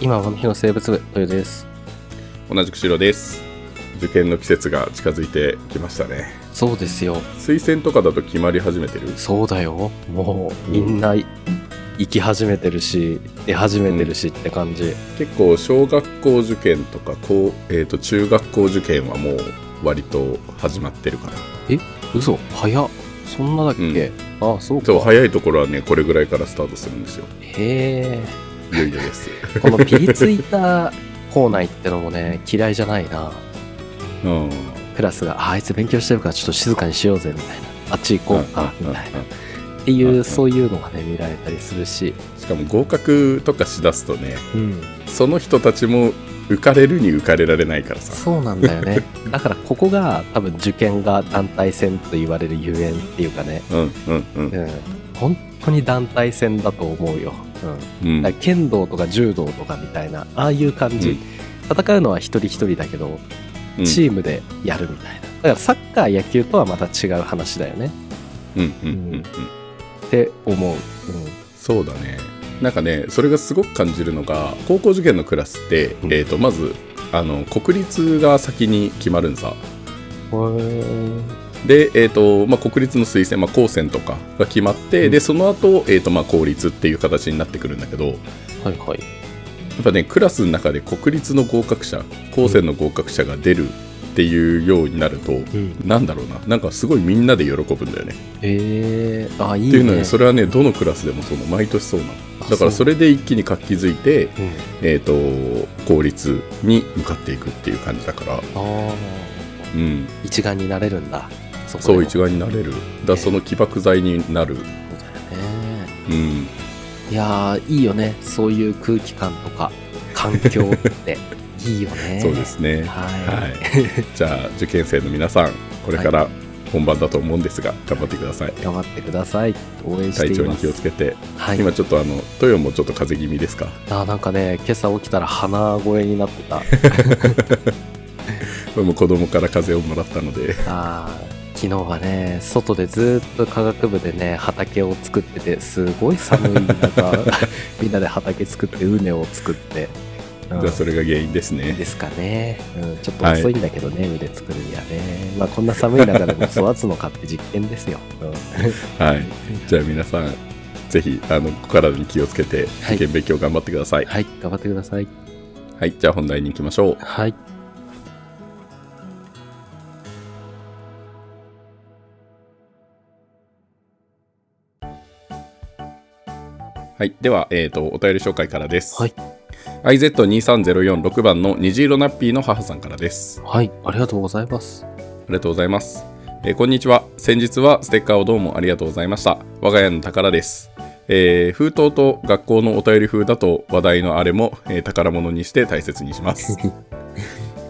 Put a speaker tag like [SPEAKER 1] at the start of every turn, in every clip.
[SPEAKER 1] 今はこの日の生物部豊です
[SPEAKER 2] 同じく白です受験の季節が近づいてきましたね
[SPEAKER 1] そうですよ
[SPEAKER 2] 推薦とかだと決まり始めてる
[SPEAKER 1] そうだよもうみんな生き始めてるし出始めてるしって感じ、
[SPEAKER 2] 結構小学校受験とか高、えー、と中学校受験はもう割と始まってるから
[SPEAKER 1] 嘘早っそんなだっけ、ああそうか
[SPEAKER 2] そう早いところはねこれぐらいからスタートするんですよ
[SPEAKER 1] へ
[SPEAKER 2] いよいよです
[SPEAKER 1] えこのピリついた校内ってのも ね嫌いじゃないな
[SPEAKER 2] うん
[SPEAKER 1] クラスがああいつ勉強してるからちょっと静かにしようぜみたいなあっち行こうか
[SPEAKER 2] うん
[SPEAKER 1] み
[SPEAKER 2] うんうん
[SPEAKER 1] たいなっていう、
[SPEAKER 2] うんうん
[SPEAKER 1] そういうのがね見られたりするし、
[SPEAKER 2] しかも合格とかしだすとね
[SPEAKER 1] うん、
[SPEAKER 2] その人たちも浮かれるに浮かれられないからさ
[SPEAKER 1] そうなんだよね だからここが多分受験が団体戦と言われるゆえんっていうかね、
[SPEAKER 2] うんうんう
[SPEAKER 1] う
[SPEAKER 2] ん
[SPEAKER 1] ん、本当に団体戦だと思うよ、うん、
[SPEAKER 2] うん
[SPEAKER 1] だから剣道とか柔道とかみたいなああいう感じ、
[SPEAKER 2] うん
[SPEAKER 1] 戦うのは一人一人だけど
[SPEAKER 2] うん
[SPEAKER 1] チームでやるみたいな、だからサッカー野球とはまた違う話だよね
[SPEAKER 2] うんうんうんうん
[SPEAKER 1] って思う、
[SPEAKER 2] そうだねなんかねそれがすごく感じるのが高校受験のクラスって、
[SPEAKER 1] うん
[SPEAKER 2] えー、とまずあの国立が先に決まるんさ
[SPEAKER 1] うん、
[SPEAKER 2] で、えーとまあ、国立の推薦、まあ、高専とかが決まって、
[SPEAKER 1] うん
[SPEAKER 2] でその後、えーとまあ公立っていう形になってくるんだけどや
[SPEAKER 1] はいはい
[SPEAKER 2] っぱねクラスの中で国立の合格者高専の合格者が出るっていうようになると、
[SPEAKER 1] うん
[SPEAKER 2] なんだろうななんかすごいみんなで喜ぶんだよね
[SPEAKER 1] えー、あいいね
[SPEAKER 2] っていうのはねそれはねどのクラスでもそうなの毎年そうなの
[SPEAKER 1] あ
[SPEAKER 2] だから
[SPEAKER 1] そ
[SPEAKER 2] そうれで一気に活気づいて
[SPEAKER 1] うん
[SPEAKER 2] えー、と効率に向かっていくっていう感じだから、
[SPEAKER 1] あ
[SPEAKER 2] うん、
[SPEAKER 1] あ一丸になれるんだそこで
[SPEAKER 2] そ
[SPEAKER 1] も
[SPEAKER 2] う一丸になれる
[SPEAKER 1] ええ
[SPEAKER 2] だその起爆剤になる、
[SPEAKER 1] そうだよね
[SPEAKER 2] うん、
[SPEAKER 1] いやーいいよねそういう空気感とか環境って いいよね
[SPEAKER 2] そうです
[SPEAKER 1] はい、
[SPEAKER 2] ね、はいじゃあ受験生の皆さんこれから本番だと思うんですが頑張ってください
[SPEAKER 1] 頑張ってください応援してい
[SPEAKER 2] 体
[SPEAKER 1] ます
[SPEAKER 2] 調に気をつけて、
[SPEAKER 1] はい
[SPEAKER 2] 今ちょっとあの豊もちょっと風邪気味ですか、
[SPEAKER 1] あーなんかね今朝起きたら鼻声になってた
[SPEAKER 2] これも子供から風邪をもらったので
[SPEAKER 1] あー昨日はね外でずーっと科学部でね畑を作っててすごい寒い 中みんなで畑作って畝を作って、うん
[SPEAKER 2] じゃあそれが原因ですね
[SPEAKER 1] ですかね、うん、ちょっと遅いんだけどね、腕作るにはね、まあ、こんな寒い中でも育つのかって実験ですよ、
[SPEAKER 2] はいじゃあ皆さんぜひあの体に気をつけて
[SPEAKER 1] はい
[SPEAKER 2] 受験勉強頑張ってください、
[SPEAKER 1] はい頑張ってください
[SPEAKER 2] はい、じゃあ本題に行きましょう
[SPEAKER 1] はい
[SPEAKER 2] はい、では、えー、とお便り紹介からです、
[SPEAKER 1] はい
[SPEAKER 2] IZ23046 番の虹色ナッピーの母さんからです
[SPEAKER 1] はいありがとうござい ます
[SPEAKER 2] ありがとうございます、えーこんにちは先日はステッカーをどうもありがとうございました我が家の宝です、えー封筒と学校のお便り風だと話題のあれも、えー宝物にして大切にします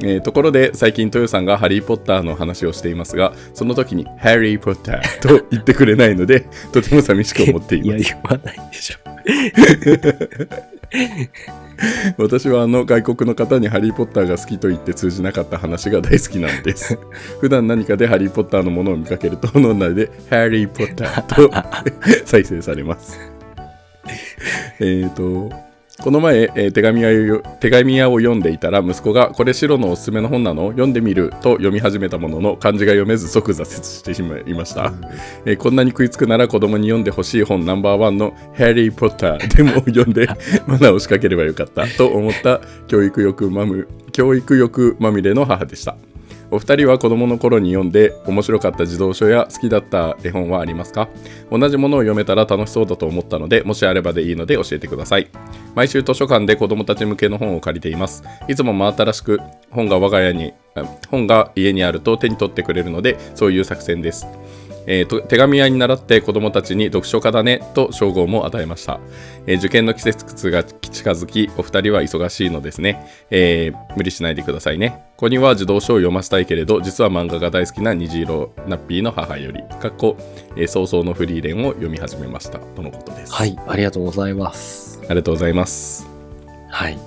[SPEAKER 2] えーところで最近豊さんが「ハリー・ポッター」の話をしていますがその時に「ハリー・ポッター」と言ってくれないのでとても寂しく思っています
[SPEAKER 1] や言わないでしょ
[SPEAKER 2] 私はあの外国の方に「ハリー・ポッター」が好きと言って通じなかった話が大好きなんです普段何かで「ハリー・ポッター」のものを見かけると脳内で「ハリー・ポッター」と再生されますえっとこの前、えー手紙屋を手紙屋を読んでいたら息子が「これ白のおすすめの本なの読んでみる」と読み始めたものの漢字が読めず即挫折してしまいました、えーこんなに食いつくなら子供に読んでほしい本ナンバーワンの「ハリー・ポッター」でも読んで マナーを仕掛ければよかったと思った教育欲まむ教育欲まみれの母でしたお二人は子供の頃に読んで面白かった児童書や好きだった絵本はありますか同じものを読めたら楽しそうだと思ったのでもしあればでいいので教えてください毎週図書館で子供たち向けの本を借りていますいつも真新しく本が我が家にあ本が家にあると手に取ってくれるのでそういう作戦ですえーと手紙屋に習って子どもたちに読書家だねと称号も与えました、えー受験の季節が近づきお二人は忙しいのですね、えー無理しないでくださいねここには児童書を読ませたいけれど実は漫画が大好きな虹色ナッピーの母よりかっこ、えー早々のフリーレンを読み始めましたとのことです、
[SPEAKER 1] はいありがとうございます
[SPEAKER 2] ありがとうございます
[SPEAKER 1] はい、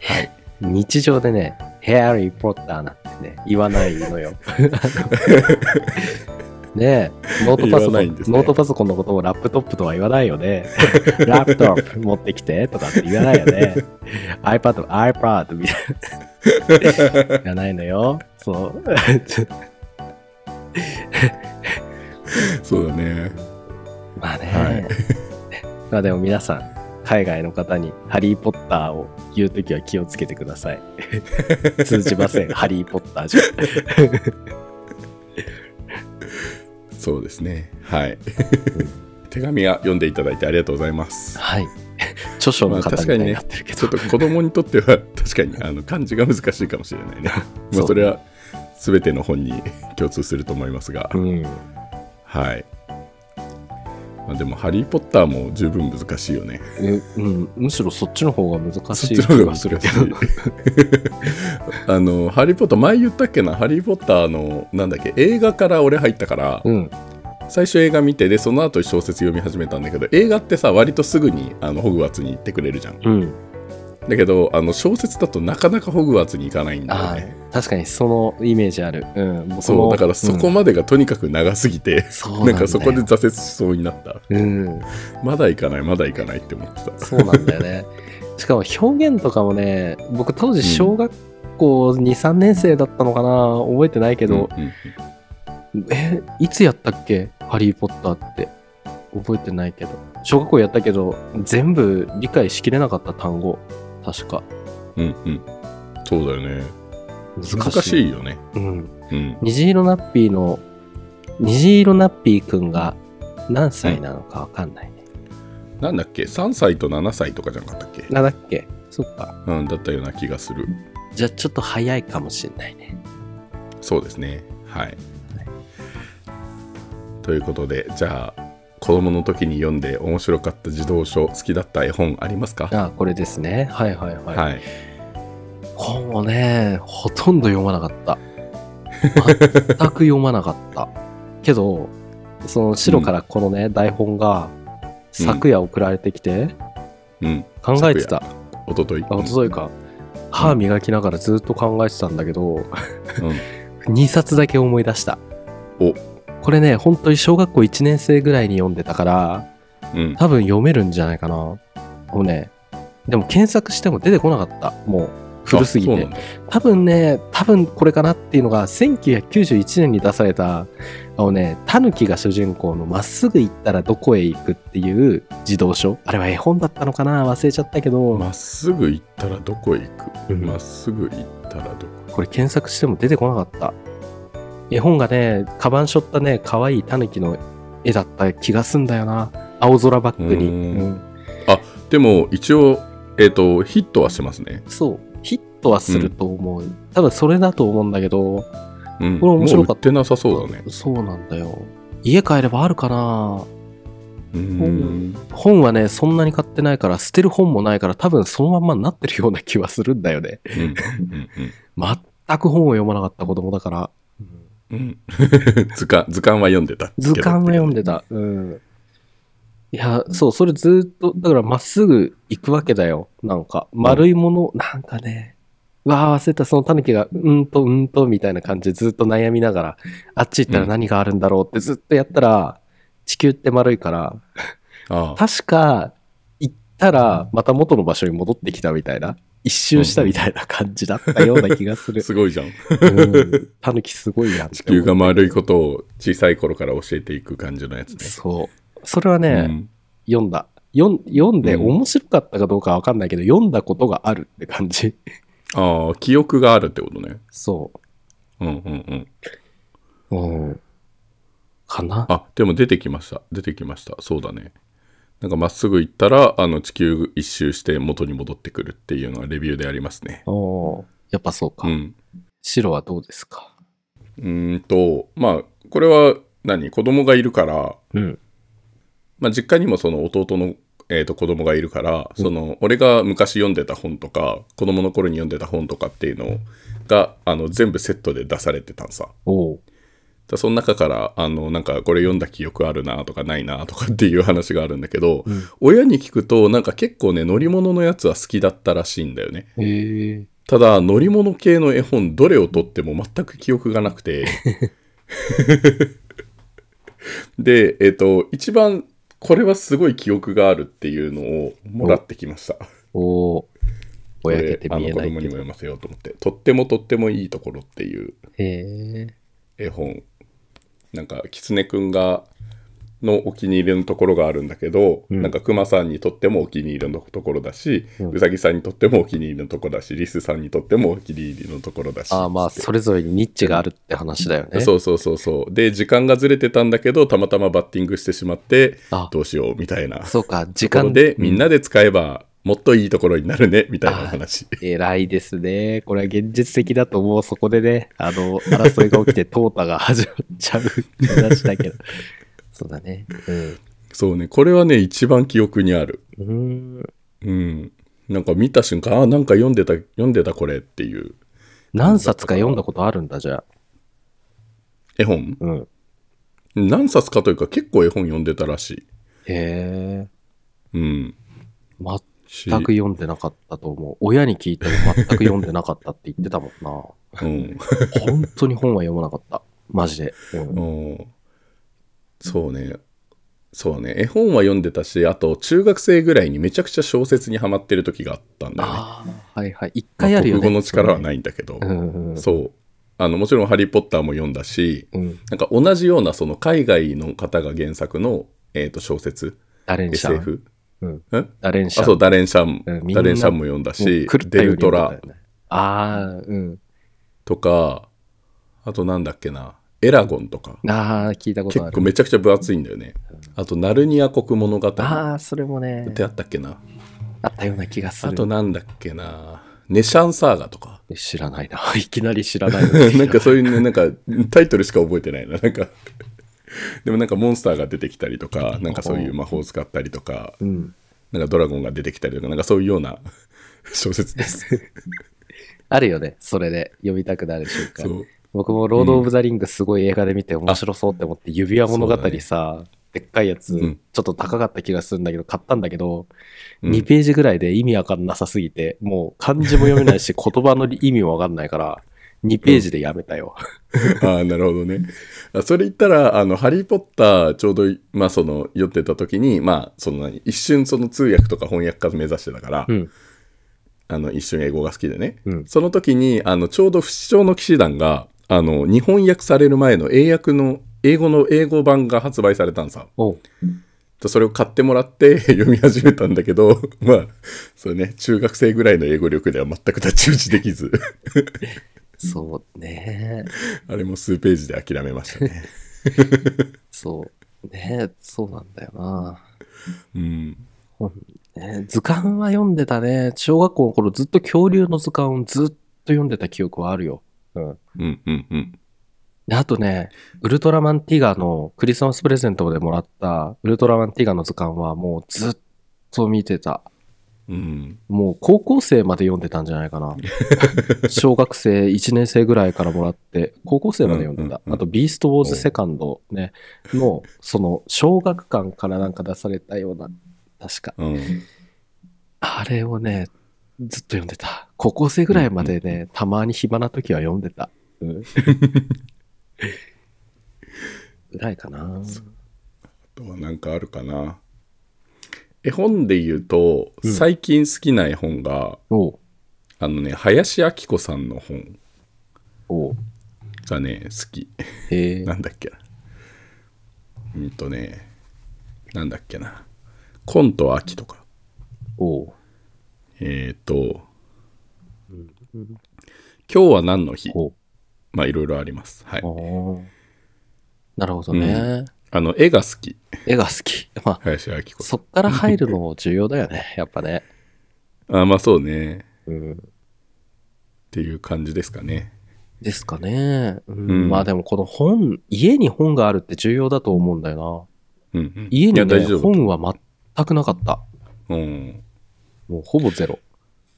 [SPEAKER 1] はい、日常でね 「ヘアリー・ポッター」なんてね言わないのよねえ、ノートパソコ
[SPEAKER 2] 言わな
[SPEAKER 1] ン、
[SPEAKER 2] いんですね
[SPEAKER 1] ノートパソコンのことをラップトップとは言わないよね。ラップトッ プ持ってきてとかって言わないよね。iPad、iPad みた いな。言わないのよ。そう。
[SPEAKER 2] そうだね。
[SPEAKER 1] まあね。
[SPEAKER 2] はい
[SPEAKER 1] まあでも皆さん、海外の方にハリー・ポッターを言うときは気をつけてくだ さい。通じません、ハリー・ポッターじゃ。
[SPEAKER 2] そうですね。はい。手紙は読んでいただいてありがとうございます。
[SPEAKER 1] はい。著書の方みたいになってるけ
[SPEAKER 2] ちょ
[SPEAKER 1] ど
[SPEAKER 2] っ。と子供にとっては確かにあの漢字が難しいかもしれないね。ま
[SPEAKER 1] そう
[SPEAKER 2] あそれは全ての本に共通すると思いますが、
[SPEAKER 1] うん。
[SPEAKER 2] はい。まあ、でも「ハリー・ポッター」も十分難しいよね。
[SPEAKER 1] えうん、むしろそっちの方が難しい
[SPEAKER 2] そっちの
[SPEAKER 1] 気
[SPEAKER 2] 方が難し
[SPEAKER 1] す
[SPEAKER 2] い
[SPEAKER 1] るけど。
[SPEAKER 2] あの「ハリー・ポッター」前言ったっけな「ハリー・ポッターの」なんだっけ映画から俺入ったから、
[SPEAKER 1] うん。
[SPEAKER 2] 最初映画見てでその後小説読み始めたんだけど映画ってさ割とすぐにあのホグワーツに行ってくれるじゃん。
[SPEAKER 1] うん。
[SPEAKER 2] だけどあの小説だとなかなかホグワーツに行かないんだよ
[SPEAKER 1] あ
[SPEAKER 2] ね。
[SPEAKER 1] あ、確かにそのイメージある。うん。僕も
[SPEAKER 2] そうだからそこ、までがとにかく長すぎて
[SPEAKER 1] うん、そう
[SPEAKER 2] なんかそこで
[SPEAKER 1] なんだよ
[SPEAKER 2] 挫折しそうになった
[SPEAKER 1] うん。
[SPEAKER 2] まだ行かないまだ行かないって思ってた
[SPEAKER 1] そうなんだよ ね。しかも表現とかもね、僕当時小学校2、3年生だったのかな覚えてないけ
[SPEAKER 2] け
[SPEAKER 1] ど、
[SPEAKER 2] うんうん
[SPEAKER 1] え、いつやったっけハリー・ポッターって。覚えてないけど。小学校やったけど、全部理解しきれなかった単語。確か。
[SPEAKER 2] うんうんそうだよね
[SPEAKER 1] 難しい。
[SPEAKER 2] 難しいよね
[SPEAKER 1] うん。
[SPEAKER 2] うん
[SPEAKER 1] 虹色ナッピーの、虹色ナッピーくんが何歳なのかわかんないね。
[SPEAKER 2] なんだっけ3歳と7歳とかじゃなかったっけ、
[SPEAKER 1] なんだっけそっか。
[SPEAKER 2] うん、だったような気がする
[SPEAKER 1] じゃあちょっと早いかもしれないね。
[SPEAKER 2] そうですねはいということでじゃあ子供の時に読んで面白かった児童書好きだった絵本ありますか
[SPEAKER 1] ああ、これですね。はいはいはい。
[SPEAKER 2] はい
[SPEAKER 1] 本をね、ほとんど読まなかった。全く読まなか った。けど、その白からこのね、台本が昨夜送られてきて、
[SPEAKER 2] うん
[SPEAKER 1] 考えてた。
[SPEAKER 2] おととい
[SPEAKER 1] あ、おとといか。歯磨きながらずっと考えてたんだけど、2冊 だけ思い出した。
[SPEAKER 2] お
[SPEAKER 1] これね、本当に小学校1年生ぐらいに読んでたから、
[SPEAKER 2] うんうん
[SPEAKER 1] 多分読めるんじゃないかな。もうね、でも検索しても出てこなかった。もう古すぎ
[SPEAKER 2] あそう
[SPEAKER 1] て
[SPEAKER 2] なん。だ
[SPEAKER 1] 多分ね、多分これかなっていうのが、1991年に出された、あのね、タヌキが主人公のまっすぐ行ったらどこへ行くっていう児童書。あれは絵本だったのかな忘れちゃったけど、
[SPEAKER 2] まっすぐ行ったらどこへ行く
[SPEAKER 1] うん
[SPEAKER 2] まっすぐ行ったらどこ
[SPEAKER 1] これ検索しても出てこなかった。絵本がね、カバンしょったね、可愛いタヌキの絵だった気がすんだよな。青空バックに。
[SPEAKER 2] うーん
[SPEAKER 1] うん
[SPEAKER 2] でも一応、えっとヒットはしてますね、
[SPEAKER 1] そう。ヒットはすると思う。多分それだと思うんだけど、
[SPEAKER 2] うん、
[SPEAKER 1] これ面白か
[SPEAKER 2] もう
[SPEAKER 1] っ
[SPEAKER 2] 売ってなさそうだね
[SPEAKER 1] そうなんだよ。家帰ればあるかな
[SPEAKER 2] うーん
[SPEAKER 1] 本はね、そんなに買ってないから、捨てる本もないから、多分そのまんまになってるような気はするんだよね。
[SPEAKER 2] うんうん
[SPEAKER 1] 全く本を読まなかった子供だから。
[SPEAKER 2] うんうん 図鑑図鑑は読んでたけ
[SPEAKER 1] 図
[SPEAKER 2] ど
[SPEAKER 1] 鑑は読んでた。うん。いや、そう、それずっと、だからまっすぐ行くわけだよ。なんか、丸いもの、なんかね、うわあ、忘れた、その狸が、うんと、うんと、みたいな感じでずっと悩みながら、あっち行ったら何があるんだろうってずっとやったら、地球って丸いから、
[SPEAKER 2] ああ
[SPEAKER 1] 確か行ったらまた元の場所に戻ってきたみたいな一周したみたいな感じだったような気がする
[SPEAKER 2] すごいじゃん
[SPEAKER 1] タヌキすごいやんって
[SPEAKER 2] 地
[SPEAKER 1] 思う
[SPEAKER 2] 球が丸いことを小さい頃から教えていく感じのやつね
[SPEAKER 1] そうそれはね、
[SPEAKER 2] うん
[SPEAKER 1] 読んだ読ん読んで
[SPEAKER 2] うん
[SPEAKER 1] 面白かったかどうかわかんないけど、読んだことがあるって感じ
[SPEAKER 2] ああ記憶があるってことね
[SPEAKER 1] そ
[SPEAKER 2] うんうんうん
[SPEAKER 1] う、うん、かな
[SPEAKER 2] あでも出てきました出てきましたそうだねなんかまっすぐ行ったらあの地球一周して元に戻ってくるっていうのはレビューでありますね
[SPEAKER 1] おーやっぱそうか、
[SPEAKER 2] うん
[SPEAKER 1] 白はどうですか
[SPEAKER 2] うーんとまあこれは何子供がいるから、
[SPEAKER 1] うん
[SPEAKER 2] まあ、実家にもその弟の、えー、と子供がいるから、その俺が昔読んでた本とか子供の頃に読んでた本とかっていうのがあの全部セットで出されてたんさ。
[SPEAKER 1] おう
[SPEAKER 2] だその中からあのなんかこれ読んだ記憶あるなとかないなとかっていう話があるんだけど、
[SPEAKER 1] うん
[SPEAKER 2] 親に聞くとなんか結構ね乗り物のやつは好きだったらしいんだよね。
[SPEAKER 1] へえ
[SPEAKER 2] ただ乗り物 系の絵本どれを取っても全く記憶がなくてで、えっ、と、一番、これはすごい記憶があるっていうのをもらってきました。
[SPEAKER 1] おーぼやけて
[SPEAKER 2] これ
[SPEAKER 1] 見えな
[SPEAKER 2] あの子供
[SPEAKER 1] い
[SPEAKER 2] に
[SPEAKER 1] け
[SPEAKER 2] も
[SPEAKER 1] ど。
[SPEAKER 2] 読ませようと思って。とってもとってもいいところっていう
[SPEAKER 1] へえ。
[SPEAKER 2] 絵本なんか狐くんがのお気に入りのところがあるんだけど、
[SPEAKER 1] うん
[SPEAKER 2] なんか熊さんにとってもお気に入りのところだし、
[SPEAKER 1] う
[SPEAKER 2] うんさぎさんにとってもお気に入りのところだしリスさんにとってもお気に入りのところだし
[SPEAKER 1] ああまあ、
[SPEAKER 2] つって
[SPEAKER 1] それぞれにニッチがあるって話だよね。
[SPEAKER 2] そうそうそうそうで時間がずれてたんだけどたまたまバッティングしてしまって
[SPEAKER 1] あ
[SPEAKER 2] どうしようみたいな
[SPEAKER 1] そうか、時
[SPEAKER 2] ところ
[SPEAKER 1] 間
[SPEAKER 2] でみんなで使えばもっといいところになるねみたいな話
[SPEAKER 1] 偉いですね。これは現実的だともうそこでね、あの、争いが起きて、淘汰が始まっちゃう話だけ ど。そうだね。
[SPEAKER 2] そうねこれはね一番記憶にある
[SPEAKER 1] うん。うーん。
[SPEAKER 2] うん。なんか見た瞬間、あ、なんか読んでた、読んでたこれっていう
[SPEAKER 1] 何冊か読んだことあるんだ、じゃあ。
[SPEAKER 2] 絵本。
[SPEAKER 1] うん。
[SPEAKER 2] 何冊かというか結構絵本読んでたらし
[SPEAKER 1] へえ。
[SPEAKER 2] い。うん。
[SPEAKER 1] 全
[SPEAKER 2] し
[SPEAKER 1] く読んでなかったと思う。親に聞いても全く読んでなかったって言ってたもんな。
[SPEAKER 2] うん。
[SPEAKER 1] 本当に本は読まなかった。マジで。うん
[SPEAKER 2] うんそうね。そうね。絵本は読んでたし、あと中学生ぐらいにめちゃくちゃ小説にハマってる時があったんだよね。
[SPEAKER 1] ああ、はいはい。一
[SPEAKER 2] まあ
[SPEAKER 1] 回あるよね。。
[SPEAKER 2] 国語の力はいないんだけど。
[SPEAKER 1] うんうん。
[SPEAKER 2] そう。あの、もちろんハリー・ポッターも読んだし、
[SPEAKER 1] うん。
[SPEAKER 2] なんか同じようなその海外の方が原作の、えー、と小説、
[SPEAKER 1] ダレンシャン。
[SPEAKER 2] SF。
[SPEAKER 1] うん。
[SPEAKER 2] ん
[SPEAKER 1] ダレンシャン。
[SPEAKER 2] あ、そう、ダレンシャン、
[SPEAKER 1] うんみんな
[SPEAKER 2] ダレンシャンも読ん
[SPEAKER 1] も
[SPEAKER 2] だ
[SPEAKER 1] う
[SPEAKER 2] し
[SPEAKER 1] 狂、った
[SPEAKER 2] デ
[SPEAKER 1] よう
[SPEAKER 2] ル
[SPEAKER 1] に読
[SPEAKER 2] ト
[SPEAKER 1] んでたよね
[SPEAKER 2] ラ
[SPEAKER 1] ああ、うん。
[SPEAKER 2] とか、あとなんだっけな、エラゴンとか、
[SPEAKER 1] ああ、聞いたことあ
[SPEAKER 2] 結
[SPEAKER 1] る
[SPEAKER 2] 構。めちゃくちゃ分厚いんだよね。あと、ナルニア国物語ってあ
[SPEAKER 1] ああ、それもね、
[SPEAKER 2] ったっけな。
[SPEAKER 1] あったような気がす
[SPEAKER 2] あ
[SPEAKER 1] る。
[SPEAKER 2] となんだっけな、ネシャンサーガとか。
[SPEAKER 1] 知らないな。 いきなり知らない
[SPEAKER 2] なんかそういうね、なんかタイトルしか覚えてないな、なんか。 でもなんかモンスターが出てきたりとか、なんかそういう魔法を使ったりとか、
[SPEAKER 1] うん。
[SPEAKER 2] なんかドラゴンが出てきたりとか、なんかそういうような 小説です。
[SPEAKER 1] あるよね。それで読みたくなる瞬
[SPEAKER 2] そ
[SPEAKER 1] 間。
[SPEAKER 2] う。
[SPEAKER 1] 僕もロード・オブ・ザ・リングすごい映画で見て面白そうって思って、指輪物語さ、でっかいやつ、
[SPEAKER 2] うん
[SPEAKER 1] ちょっと高かった気がするんだけど、買ったんだけど、
[SPEAKER 2] うん
[SPEAKER 1] 2ページぐらいで意味わかんなさすぎて、もう漢字も読めないし、言葉の意味もわかんないから、2ページでやめたよ。
[SPEAKER 2] ああ、なるほどね。あそれ言ったら、あの、ハリー・ポッター、ちょうど、まあ、その、酔ってた時に、まあ、その何、一瞬、その通訳とか翻訳家目指してたか ら、
[SPEAKER 1] うん。
[SPEAKER 2] あの、一瞬英語が好きでね。
[SPEAKER 1] うん
[SPEAKER 2] その時に、あの、ちょうど不死鳥の騎士団が、あの、日本訳される前の英訳の、英語の英語版が発売されたんさ。
[SPEAKER 1] おう
[SPEAKER 2] でそれを買ってもらって 読み始めたんだけど、 まあ、そうね、中学生ぐらいの英語力では全く太刀打ちできず、
[SPEAKER 1] そうね。
[SPEAKER 2] あれも数ページで諦めまし たね。
[SPEAKER 1] そう。ねそうなんだよな。
[SPEAKER 2] うん。
[SPEAKER 1] ね図鑑は読んでたね。小学校の頃ずっと恐竜の図鑑をずっと読んでた記憶はあるよ。うん。
[SPEAKER 2] うん、うん、うん。
[SPEAKER 1] で、あとね、ウルトラマンティガのクリスマスプレゼントでもらったウルトラマンティガの図鑑はもうずっと見てた。
[SPEAKER 2] うん。
[SPEAKER 1] もう高校生まで読んでたんじゃないか な。小学生1年生ぐらいからもらって、高校生まで読んで
[SPEAKER 2] うんうん
[SPEAKER 1] た。
[SPEAKER 2] うん
[SPEAKER 1] あと、ビーストウォーズセカンドね、の、その、小学館からなんか出されたような、確か。
[SPEAKER 2] うん
[SPEAKER 1] あれをね、ずっと読んでた。高校生ぐらいまでね、たまに暇な時は読んでた。うん ぐらいかな。
[SPEAKER 2] あとはなんかあるかな絵本で言うと、最近好きな絵本が
[SPEAKER 1] おう
[SPEAKER 2] あのね林明子さんの本
[SPEAKER 1] おう
[SPEAKER 2] がね好き
[SPEAKER 1] へえ
[SPEAKER 2] なんだっけなうんとねなんだっけな「コント秋」とか
[SPEAKER 1] おう
[SPEAKER 2] えっ、ー、と「今日は何の日
[SPEAKER 1] おう」
[SPEAKER 2] まあいろいろありますはい
[SPEAKER 1] おうなるほどね。
[SPEAKER 2] うんあの絵が好き
[SPEAKER 1] 絵が好き。まあ、
[SPEAKER 2] 林明子さ
[SPEAKER 1] そっから入るのも重要だよ ね、やっぱね。
[SPEAKER 2] んあまあそうね
[SPEAKER 1] うん、
[SPEAKER 2] っていう感じですかね
[SPEAKER 1] ですかね、うん
[SPEAKER 2] うん
[SPEAKER 1] まあでもこの本、家に本があるって重要だと思うんだよ
[SPEAKER 2] うん、うん
[SPEAKER 1] な。、家
[SPEAKER 2] いや
[SPEAKER 1] に、ね
[SPEAKER 2] 大、丈夫
[SPEAKER 1] 本は全くなかった。
[SPEAKER 2] うん
[SPEAKER 1] もうほぼゼロ。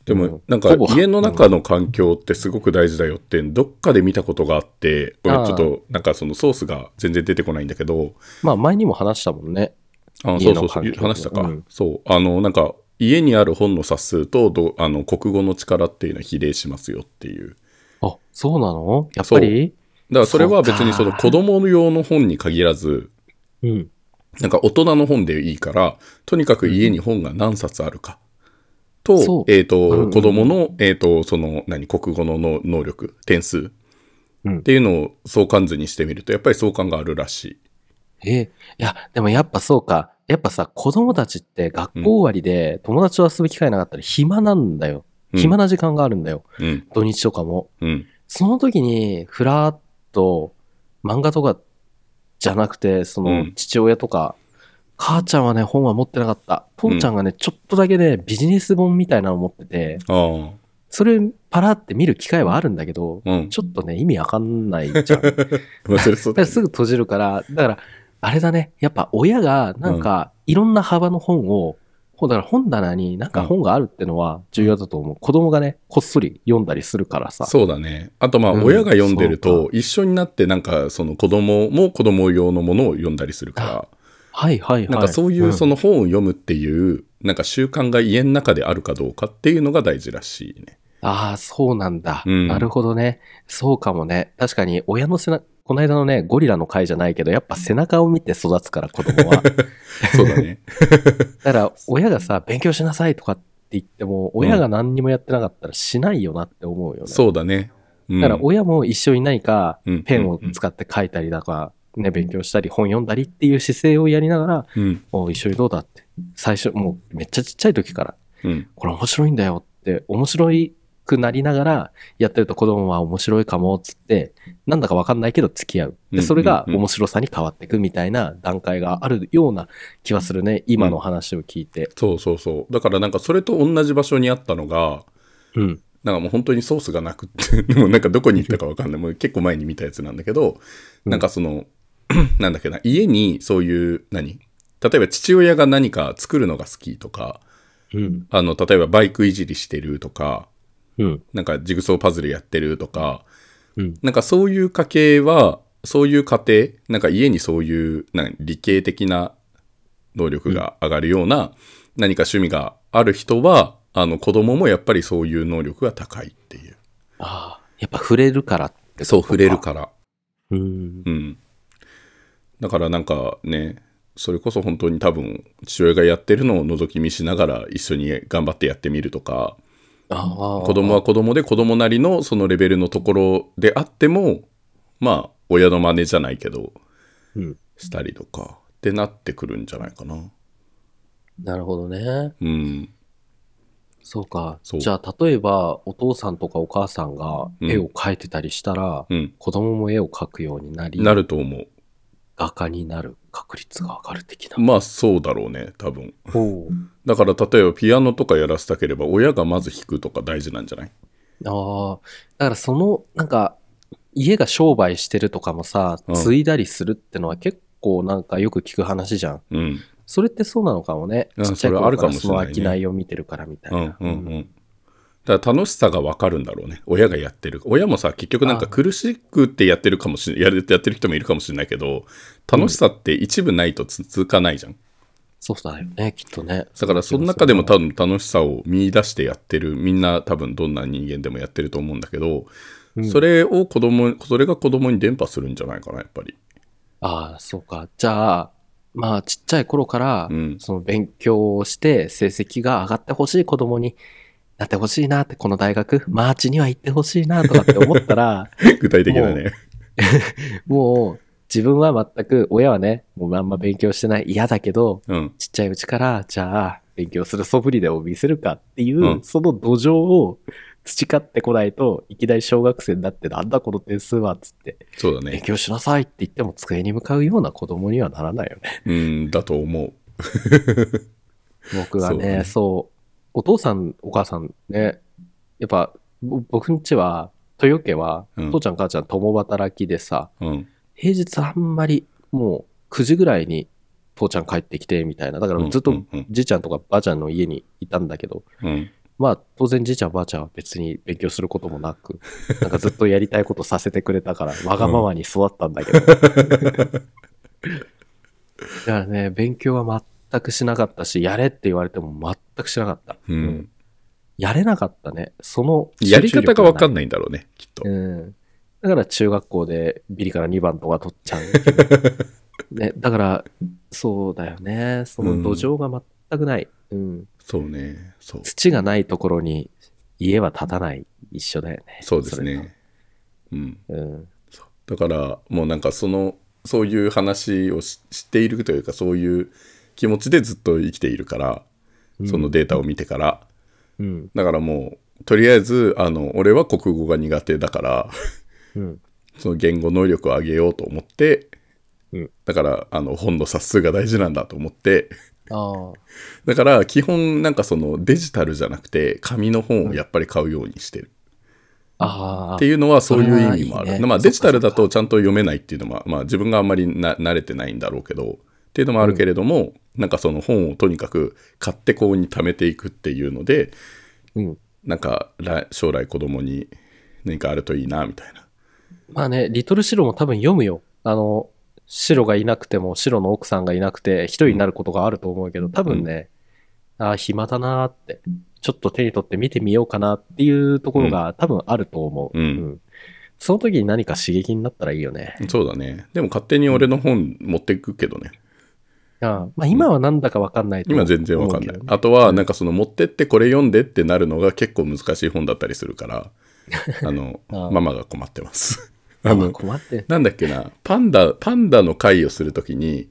[SPEAKER 2] で
[SPEAKER 1] うん
[SPEAKER 2] もなんか
[SPEAKER 1] ほぼ
[SPEAKER 2] 家の中の環境ってすごく大事だよってどっかで見たことがあってこれ
[SPEAKER 1] ああ
[SPEAKER 2] ちょっとなんかそのソースが全然出てこないんだけど
[SPEAKER 1] まあ前にも話したもんね。
[SPEAKER 2] あそ
[SPEAKER 1] 家
[SPEAKER 2] うそ
[SPEAKER 1] の
[SPEAKER 2] うそう
[SPEAKER 1] 環境
[SPEAKER 2] 話したか、
[SPEAKER 1] うん
[SPEAKER 2] そうあのなんか家にある本の冊数とどあの国語の力っていうのは比例しますよっていう
[SPEAKER 1] あ、そうなのやっぱり
[SPEAKER 2] だからそれは別に
[SPEAKER 1] そ
[SPEAKER 2] そうの
[SPEAKER 1] か
[SPEAKER 2] 子供用の本に限らず
[SPEAKER 1] うん。
[SPEAKER 2] なんか大人の本でいいから、とにかく家に本が何冊あるか。
[SPEAKER 1] そ
[SPEAKER 2] と、
[SPEAKER 1] う
[SPEAKER 2] えっ、と、
[SPEAKER 1] うんうん
[SPEAKER 2] 子供の、えっ、と、その、何、国語の能能力、点数。
[SPEAKER 1] うん
[SPEAKER 2] っていうのを相関図にしてみると、やっぱり相関があるらしい。
[SPEAKER 1] えいや、でもやっぱそうか。やっぱさ、子供たちって学校終わりで友達と遊ぶ機会なかったら暇なんだよ。
[SPEAKER 2] うん
[SPEAKER 1] 暇な時間があるんだよ。
[SPEAKER 2] うん、
[SPEAKER 1] 土日とかも。
[SPEAKER 2] うん、
[SPEAKER 1] その時に、ふらーっと漫画とかじゃなくて、そうの
[SPEAKER 2] ん
[SPEAKER 1] 父親とか、母ちゃんはね、本は持ってなかった。父ちゃんがね、ちょっとだけね、ビジネス本みたいなの持ってて、
[SPEAKER 2] あ
[SPEAKER 1] それパラって見る機会はあるんだけど、
[SPEAKER 2] あ、うん。
[SPEAKER 1] ちょっとね、意味わかんないじゃん。
[SPEAKER 2] 忘れそう
[SPEAKER 1] だか
[SPEAKER 2] だ
[SPEAKER 1] らすぐ閉じるから、だから、あれだね、やっぱ親が、なんか、いろんな幅の本を、ほだから本棚になんか本があるってのは重要だと思う。子供がね、こっそり読んだりするからさ。
[SPEAKER 2] そうだね。あとまあ、
[SPEAKER 1] うん
[SPEAKER 2] 親が読んでる
[SPEAKER 1] そう
[SPEAKER 2] と、一緒になって、なんか、その子供も子供用のものを読んだりするから、
[SPEAKER 1] はいはいはい。
[SPEAKER 2] なんかそういう、そ
[SPEAKER 1] の、
[SPEAKER 2] の本を読むっていう、なんか習慣が家の中であるかどうかっていうのが大事らし いね。
[SPEAKER 1] ああ、そうなんだ、
[SPEAKER 2] うん
[SPEAKER 1] なるほどね。そうかもね。確かに、親の背中、この間のね、ゴリラの回じゃないけど、やっぱ背中を見て育つから、子供 は。
[SPEAKER 2] そうだね。
[SPEAKER 1] だから、親がさ、勉強しなさいとかって言っても、親が何にもやってなかったらしないよなって思うよね。
[SPEAKER 2] そうだね。うん
[SPEAKER 1] だから親も一緒に何か
[SPEAKER 2] うん
[SPEAKER 1] ペンを使って書いたりだとか、ね、勉強したり本読んだりっていう姿勢をやりながら、
[SPEAKER 2] うん。
[SPEAKER 1] お一緒にどうだって。最初、もうめっちゃちっちゃい時から、
[SPEAKER 2] うん。
[SPEAKER 1] これ面白いんだよって、面白くなりながらやってると子供は面白いかもっつって、なんだかわかんないけど付き合う。
[SPEAKER 2] うん
[SPEAKER 1] で、それが
[SPEAKER 2] うんうん
[SPEAKER 1] 面白さに変わっていくみたいな段階があるような気はするね。今の話を聞いて。
[SPEAKER 2] そうそうそう。だからなんかそれと同じ場所にあったのが、
[SPEAKER 1] うん。
[SPEAKER 2] なんかもう本当にソースがなくって、 でもなんかどこに行ったかわかんない。もう結構前に見たやつなんだけど、
[SPEAKER 1] うん
[SPEAKER 2] なんかその、 なんだっけな、家にそういう、何例えば父親が何か作るのが好きとか、
[SPEAKER 1] うん。
[SPEAKER 2] あの、例えばバイクいじりしてるとか、
[SPEAKER 1] うん。
[SPEAKER 2] なんかジグソーパズルやってるとか、
[SPEAKER 1] うん。
[SPEAKER 2] なんかそういう家系は、そういう家庭、なんか家にそういうなんか理系的な能力が上がるような何か趣味がある人は、あの子供もやっぱりそういう能力が高いっていう。
[SPEAKER 1] ああ。やっぱ触れるからって
[SPEAKER 2] そう、
[SPEAKER 1] こと
[SPEAKER 2] 触れる。から。
[SPEAKER 1] うん。
[SPEAKER 2] うん。だからなんかね、それこそ本当に多分父親がやってるのを覗き見しながら一緒に頑張ってやってみるとか、
[SPEAKER 1] ああ。
[SPEAKER 2] 子供は子供で子供なりのそのレベルのところであってもまあ親の真似じゃないけど
[SPEAKER 1] うん
[SPEAKER 2] したりとかってなってくるんじゃないかな
[SPEAKER 1] なるほどね。
[SPEAKER 2] うん
[SPEAKER 1] そうか。
[SPEAKER 2] そう
[SPEAKER 1] じゃあ、例えば、お父さんとかお母さんが
[SPEAKER 2] うん
[SPEAKER 1] 絵を描いてたりしたら、
[SPEAKER 2] うん
[SPEAKER 1] 子供も絵を描くようになり、
[SPEAKER 2] なると思う
[SPEAKER 1] 画家になる確率が上がる的な。
[SPEAKER 2] まあそうだろうね多分
[SPEAKER 1] ほう
[SPEAKER 2] だから例えばピアノとかやらせたければ親がまず弾くとか大事なんじゃない
[SPEAKER 1] ああ。だから、その、なんか、家が商売してるとかもさ、
[SPEAKER 2] うん
[SPEAKER 1] 継いだりするってのは結構なんかよく聞く話じゃん。
[SPEAKER 2] うん
[SPEAKER 1] それってそうなのかもね。
[SPEAKER 2] うん
[SPEAKER 1] ちっちゃい
[SPEAKER 2] それあ
[SPEAKER 1] 頃
[SPEAKER 2] る
[SPEAKER 1] か
[SPEAKER 2] からもし
[SPEAKER 1] そ
[SPEAKER 2] れな
[SPEAKER 1] の
[SPEAKER 2] いね
[SPEAKER 1] 商いを見てるからみたい
[SPEAKER 2] うん
[SPEAKER 1] な。
[SPEAKER 2] うんうんだから楽しさが分かるんだろうね親がやってる親もさ結局なんか
[SPEAKER 1] あ
[SPEAKER 2] 苦しくってやってるかもしれやるやってる人もいるかもしれないけど楽しさって一部ないと続かないじゃん
[SPEAKER 1] そうだよね、きっとね。
[SPEAKER 2] だからその中でも多分楽しさを見出してやってるみんな多分どんな人間でもやってると思うんだけど、
[SPEAKER 1] うん
[SPEAKER 2] それを子供それが子供に伝播するんじゃないかなやっぱり
[SPEAKER 1] ああ、そうか。じゃあ、まあ、ちっちゃい頃から、
[SPEAKER 2] うん
[SPEAKER 1] その勉強をして成績が上がってほしい子供になってほしいなって、この大学、マーチには行ってほしいなとかって思った ら、
[SPEAKER 2] 具体的だね
[SPEAKER 1] もう自分は全く、親はね、もうあんま勉強してない嫌だけど、
[SPEAKER 2] うん
[SPEAKER 1] ちっちゃいうちから、じゃあ、勉強する素振りでも見せるかっていう、
[SPEAKER 2] うん
[SPEAKER 1] その土壌を培ってこないと、いきなり小学生になって、なんだこの点数は、つって、
[SPEAKER 2] そうだ
[SPEAKER 1] 勉
[SPEAKER 2] ね
[SPEAKER 1] 強しなさいって言っても机に向かうような子供にはならないよね。
[SPEAKER 2] うんだと思
[SPEAKER 1] 僕は
[SPEAKER 2] そう
[SPEAKER 1] ね、
[SPEAKER 2] ね
[SPEAKER 1] そう、お父さん、お母さんね、やっぱ、ぼ僕ん家は、豊家は、
[SPEAKER 2] うん
[SPEAKER 1] 父ちゃん母ちゃん共働きでさ、
[SPEAKER 2] ううん
[SPEAKER 1] 平日あんまり、もう9時ぐらいに父ちゃん帰ってきて、みたいな。だからずっと
[SPEAKER 2] うんうんうん
[SPEAKER 1] じいちゃんとかばあちゃんの家にいたんだけど、
[SPEAKER 2] うん
[SPEAKER 1] まあ当然じいちゃんばあちゃんは別に勉強することもな く、なんかずっとやりたいことさせてくれたから、わがままに育ったんだけ ど。だからね、勉強は全くしなかったし、やれって言われても全くしなかった。
[SPEAKER 2] うん
[SPEAKER 1] やれなかったね。その
[SPEAKER 2] やり方が分かん
[SPEAKER 1] ない。
[SPEAKER 2] ないんだろうねきっと、
[SPEAKER 1] うん。だから中学校でビリから2番とか取っちゃうんだけど ね、だから、そうだよね。その土壌が全くない。うん。
[SPEAKER 2] そうね。そう。
[SPEAKER 1] 土がないところに家は建たない。一緒だよね。
[SPEAKER 2] そうです
[SPEAKER 1] れと。
[SPEAKER 2] ね。うん。
[SPEAKER 1] うん。
[SPEAKER 2] そうだから、もうなんかその、そういう話をし知っているというか、そういう気持ちでずっと生きているから、そのデータを見てから、
[SPEAKER 1] うん。
[SPEAKER 2] だからもう、とりあえず、あの、俺は国語が苦手だから、
[SPEAKER 1] うん。
[SPEAKER 2] その言語能力を上げようと思って、
[SPEAKER 1] うん
[SPEAKER 2] だから、あの、本の冊数が大事なんだと思って、
[SPEAKER 1] ああ。
[SPEAKER 2] だから、基本、なんかその、デジタルじゃなくて、紙の本をやっぱり買うようにしてる。
[SPEAKER 1] ああ。
[SPEAKER 2] っていうのはそういう意味もあ
[SPEAKER 1] それはい
[SPEAKER 2] る。
[SPEAKER 1] いね
[SPEAKER 2] まあ
[SPEAKER 1] そっか
[SPEAKER 2] デジタルだとちゃんと読めないっていうのは、まあ自分があんまりな慣れてないんだろうけど、っていうのもあるけれども、なんかその本をとにかく買ってこうに貯めていくっていうので、
[SPEAKER 1] うん。
[SPEAKER 2] なんか来将来子供に何かあるといいな、みたいな。
[SPEAKER 1] まあね、リトルシロも多分読むよ。あの、シロがいなくても、シロの奥さんがいなくて、一人になることがあると思うけど、多分ね、ああ、暇だなーって、ちょっと手に取って見てみようかなっていうところが多分あると思う。
[SPEAKER 2] うん
[SPEAKER 1] その時に何か刺激になったらいいよね。
[SPEAKER 2] そうだね。でも勝手に俺の本持っていくけどね。
[SPEAKER 1] ああまあ今はなんだかわかんないと思
[SPEAKER 2] 今
[SPEAKER 1] う
[SPEAKER 2] 全然わかん
[SPEAKER 1] 思
[SPEAKER 2] ないう
[SPEAKER 1] け。どね
[SPEAKER 2] あとはなんかその持ってってこれ読んでってなるのが結構難しい本だったりするから、あの、
[SPEAKER 1] ああ
[SPEAKER 2] ママが困ってます。
[SPEAKER 1] あ
[SPEAKER 2] あ
[SPEAKER 1] まあ
[SPEAKER 2] の、
[SPEAKER 1] 困って。
[SPEAKER 2] なんだっけな、パンダ、パンダの会をするときに、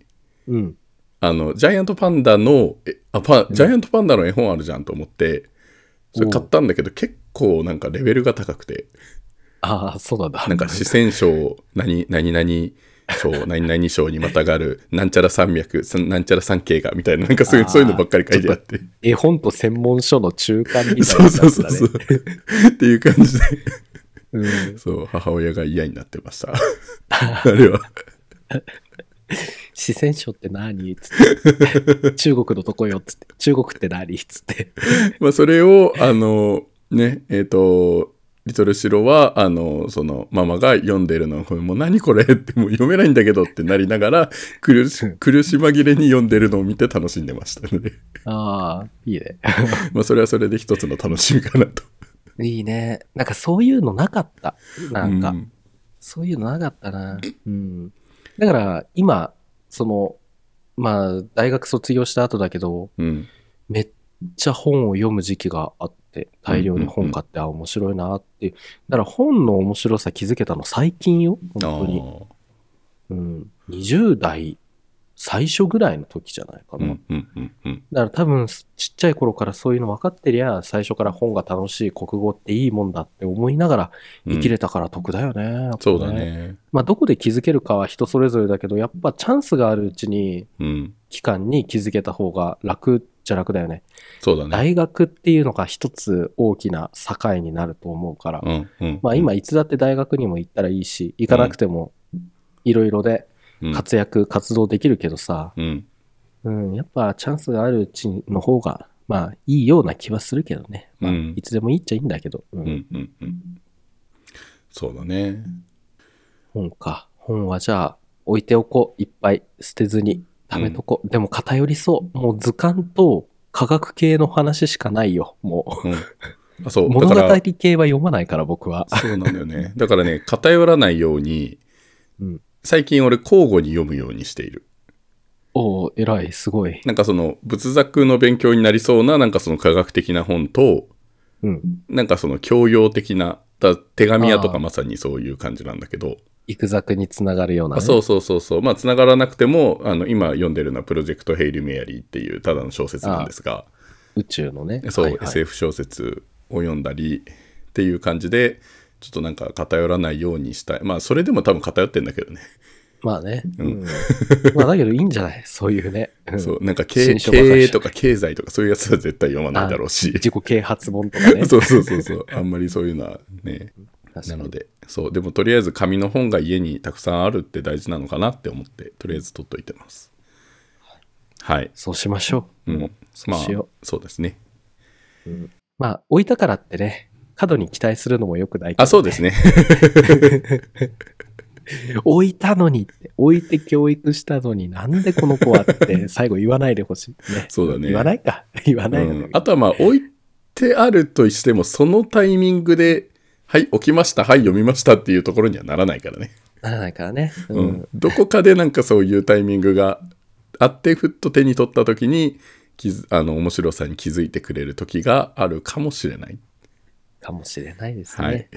[SPEAKER 1] うん。
[SPEAKER 2] あの、ジャイアントパンダの、えあパンジャイアントパンダの絵本あるじゃんと思って、それ買ったんだけど、結構なんかレベルが高くて、
[SPEAKER 1] ああ、そうなんだ。
[SPEAKER 2] なんか四川省、 何、何々省、何々省にまたがる、なんちゃら山脈、すなんちゃら山系が、みたいな、なんかそういう
[SPEAKER 1] あー
[SPEAKER 2] そういうのばっかり書いてあって、
[SPEAKER 1] 絵本と専門書の中間みたいな
[SPEAKER 2] そう
[SPEAKER 1] やつだ
[SPEAKER 2] そ
[SPEAKER 1] ね。
[SPEAKER 2] うそうそう。っていう感じで、
[SPEAKER 1] うん
[SPEAKER 2] そう、母親が嫌になって ました。あれは。
[SPEAKER 1] 四川省って何つ って。中国のとこよ。つって。中国って何つって。
[SPEAKER 2] まあ、それを、あの、ね、えっ、と、リトルシロは、あの、その、ママが読んでるのを、これもう何これって、もう読めないんだけどってなりながら、苦し、苦し紛れに読んでるのを見て楽しんでましたので、
[SPEAKER 1] ああ、いいね。
[SPEAKER 2] まあ、それはそれで一つの楽しみかなと。
[SPEAKER 1] いいね。なんかそういうのなかった。なんか、
[SPEAKER 2] う
[SPEAKER 1] そういうのなかったな。うん。だから今、その、まあ、大学卒業した後だけど、
[SPEAKER 2] うん。
[SPEAKER 1] めっちゃ本を読む時期があって、大量に本買って、あ、面白いなって。だから本の面白さ気づけたの最近よ。本当に。
[SPEAKER 2] あ
[SPEAKER 1] うん。20代最初ぐらいの時じゃないか
[SPEAKER 2] あ。う
[SPEAKER 1] な。
[SPEAKER 2] んうんうんうん。
[SPEAKER 1] だから多分、ちっちゃい頃からそういうの分かってりゃ、最初から本が楽しい、国語っていいもんだって思いながら生きれたから得だよね。やっぱ
[SPEAKER 2] そうだ。ね。
[SPEAKER 1] まあ、どこで気づけるかは人それぞれだけど、やっぱチャンスがあるうちに、
[SPEAKER 2] うん。
[SPEAKER 1] 期間に気づけた方が楽じゃ楽だよね。
[SPEAKER 2] そうだね。
[SPEAKER 1] 大学っていうのが一つ大きな境になると思うから、
[SPEAKER 2] うんうん。
[SPEAKER 1] まあ今いつだって大学にも行ったらいいし、行かなくてもいろいろで
[SPEAKER 2] うん、
[SPEAKER 1] 活躍、活動できるけどさ、
[SPEAKER 2] うん。
[SPEAKER 1] うん、やっぱチャンスがあるうちの方が、まあいいような気はするけどね。まあ、
[SPEAKER 2] うん
[SPEAKER 1] いつでもいいっちゃいいんだけど、うん
[SPEAKER 2] うんうんうん。そうだね。
[SPEAKER 1] 本か。本はじゃあ置いておこう。いっぱい捨てずに。貯めとこう。でも偏りそう。もう図鑑と科学系の話しかないよ。も。
[SPEAKER 2] うん。あ、そうう。
[SPEAKER 1] 物
[SPEAKER 2] だ
[SPEAKER 1] 語
[SPEAKER 2] から、
[SPEAKER 1] 系は読まないから僕は。
[SPEAKER 2] そうなんだよね。 だからね、偏らないように、
[SPEAKER 1] うん
[SPEAKER 2] 最近俺交互に読むようにしている。
[SPEAKER 1] おお偉い。すごい。
[SPEAKER 2] なんかその仏作の勉強になりそうな、なんかその科学的な本と、
[SPEAKER 1] うん。
[SPEAKER 2] なんかその教養的な、だ手紙屋と
[SPEAKER 1] あ
[SPEAKER 2] か
[SPEAKER 1] ー
[SPEAKER 2] まさにそういう感じなんだけど、
[SPEAKER 1] 行くざくにつながるような、
[SPEAKER 2] あ
[SPEAKER 1] ね。
[SPEAKER 2] そうそうそうそう、まあ繋がらなくても、あの、今読んでるのはプロジェクトヘイル・メアリーっていうただの小説なんですが、
[SPEAKER 1] 宇宙のね。
[SPEAKER 2] そう、
[SPEAKER 1] はいはい
[SPEAKER 2] SF 小説を読んだりっていう感じで、ちょっとなんか偏らないようにしたい。まあそれでも多分偏ってんだけどね。
[SPEAKER 1] まあね。うんん。まあだけどいいんじゃないそういうね。うん
[SPEAKER 2] そう、なんか経
[SPEAKER 1] 新書ばかり
[SPEAKER 2] 経営とか経済とかそういうやつは絶対読まないだろうし。。
[SPEAKER 1] 自己啓発本とかね
[SPEAKER 2] そうそうそうそう。あんまりそういうのはね。
[SPEAKER 1] 確か
[SPEAKER 2] なの
[SPEAKER 1] に。
[SPEAKER 2] で、そう。でもとりあえず紙の本が家にたくさんあるって大事なのかなって思って、とりあえず取っといてます。はい。
[SPEAKER 1] そうしましょう。
[SPEAKER 2] うん。まあ
[SPEAKER 1] しよう、
[SPEAKER 2] そうですね。
[SPEAKER 1] まあ置いたからってね、過度に期待するのも良くないけど
[SPEAKER 2] あ、そうですね。
[SPEAKER 1] 置いたのにって、置いて教育したのになんでこの子はって最後言わないでほしい。ね。
[SPEAKER 2] そうだね
[SPEAKER 1] 言わないか。言わ ないよね
[SPEAKER 2] うんあとはまあ、置いてあるとしても、そのタイミングで、はい、起きました、はい、読みましたっていうところにはならないからね。
[SPEAKER 1] ならないからね。
[SPEAKER 2] うんどこかでなんかそういうタイミングがあってふっと手に取った時に気づあの面白さに気づいてくれる時があるかもしれない、
[SPEAKER 1] かもしれないです
[SPEAKER 2] はい
[SPEAKER 1] ね。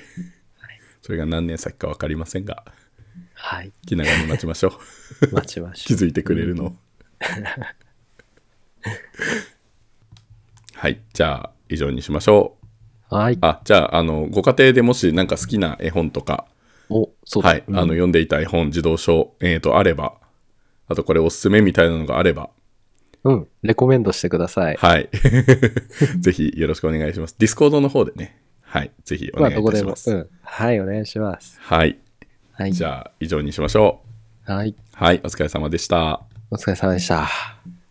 [SPEAKER 2] それが何年先か分かりませんが
[SPEAKER 1] はい。
[SPEAKER 2] 気長に待ちましょう
[SPEAKER 1] 待ちましょう。
[SPEAKER 2] 気づいてくれるのをはいじゃあ以上にしましょう
[SPEAKER 1] はい。
[SPEAKER 2] あじゃああのご家庭でもしなんか好きな絵本とか
[SPEAKER 1] お、そうだ
[SPEAKER 2] はい、あの読んでいた絵本児童書、えー、とあればあとこれおすすめみたいなのがあれば
[SPEAKER 1] うん。レコメンドしてください。
[SPEAKER 2] はいぜひよろしくお願い しますディスコードの方でねはいぜひお
[SPEAKER 1] まあ、
[SPEAKER 2] 願
[SPEAKER 1] ど
[SPEAKER 2] いい
[SPEAKER 1] こ
[SPEAKER 2] た
[SPEAKER 1] で
[SPEAKER 2] し
[SPEAKER 1] も
[SPEAKER 2] ま。す、
[SPEAKER 1] うん。はい、お願いします。
[SPEAKER 2] はい
[SPEAKER 1] はい。
[SPEAKER 2] じゃあ以上にしましょう
[SPEAKER 1] はい。
[SPEAKER 2] はいお疲れ様でした
[SPEAKER 1] お疲れ様でした。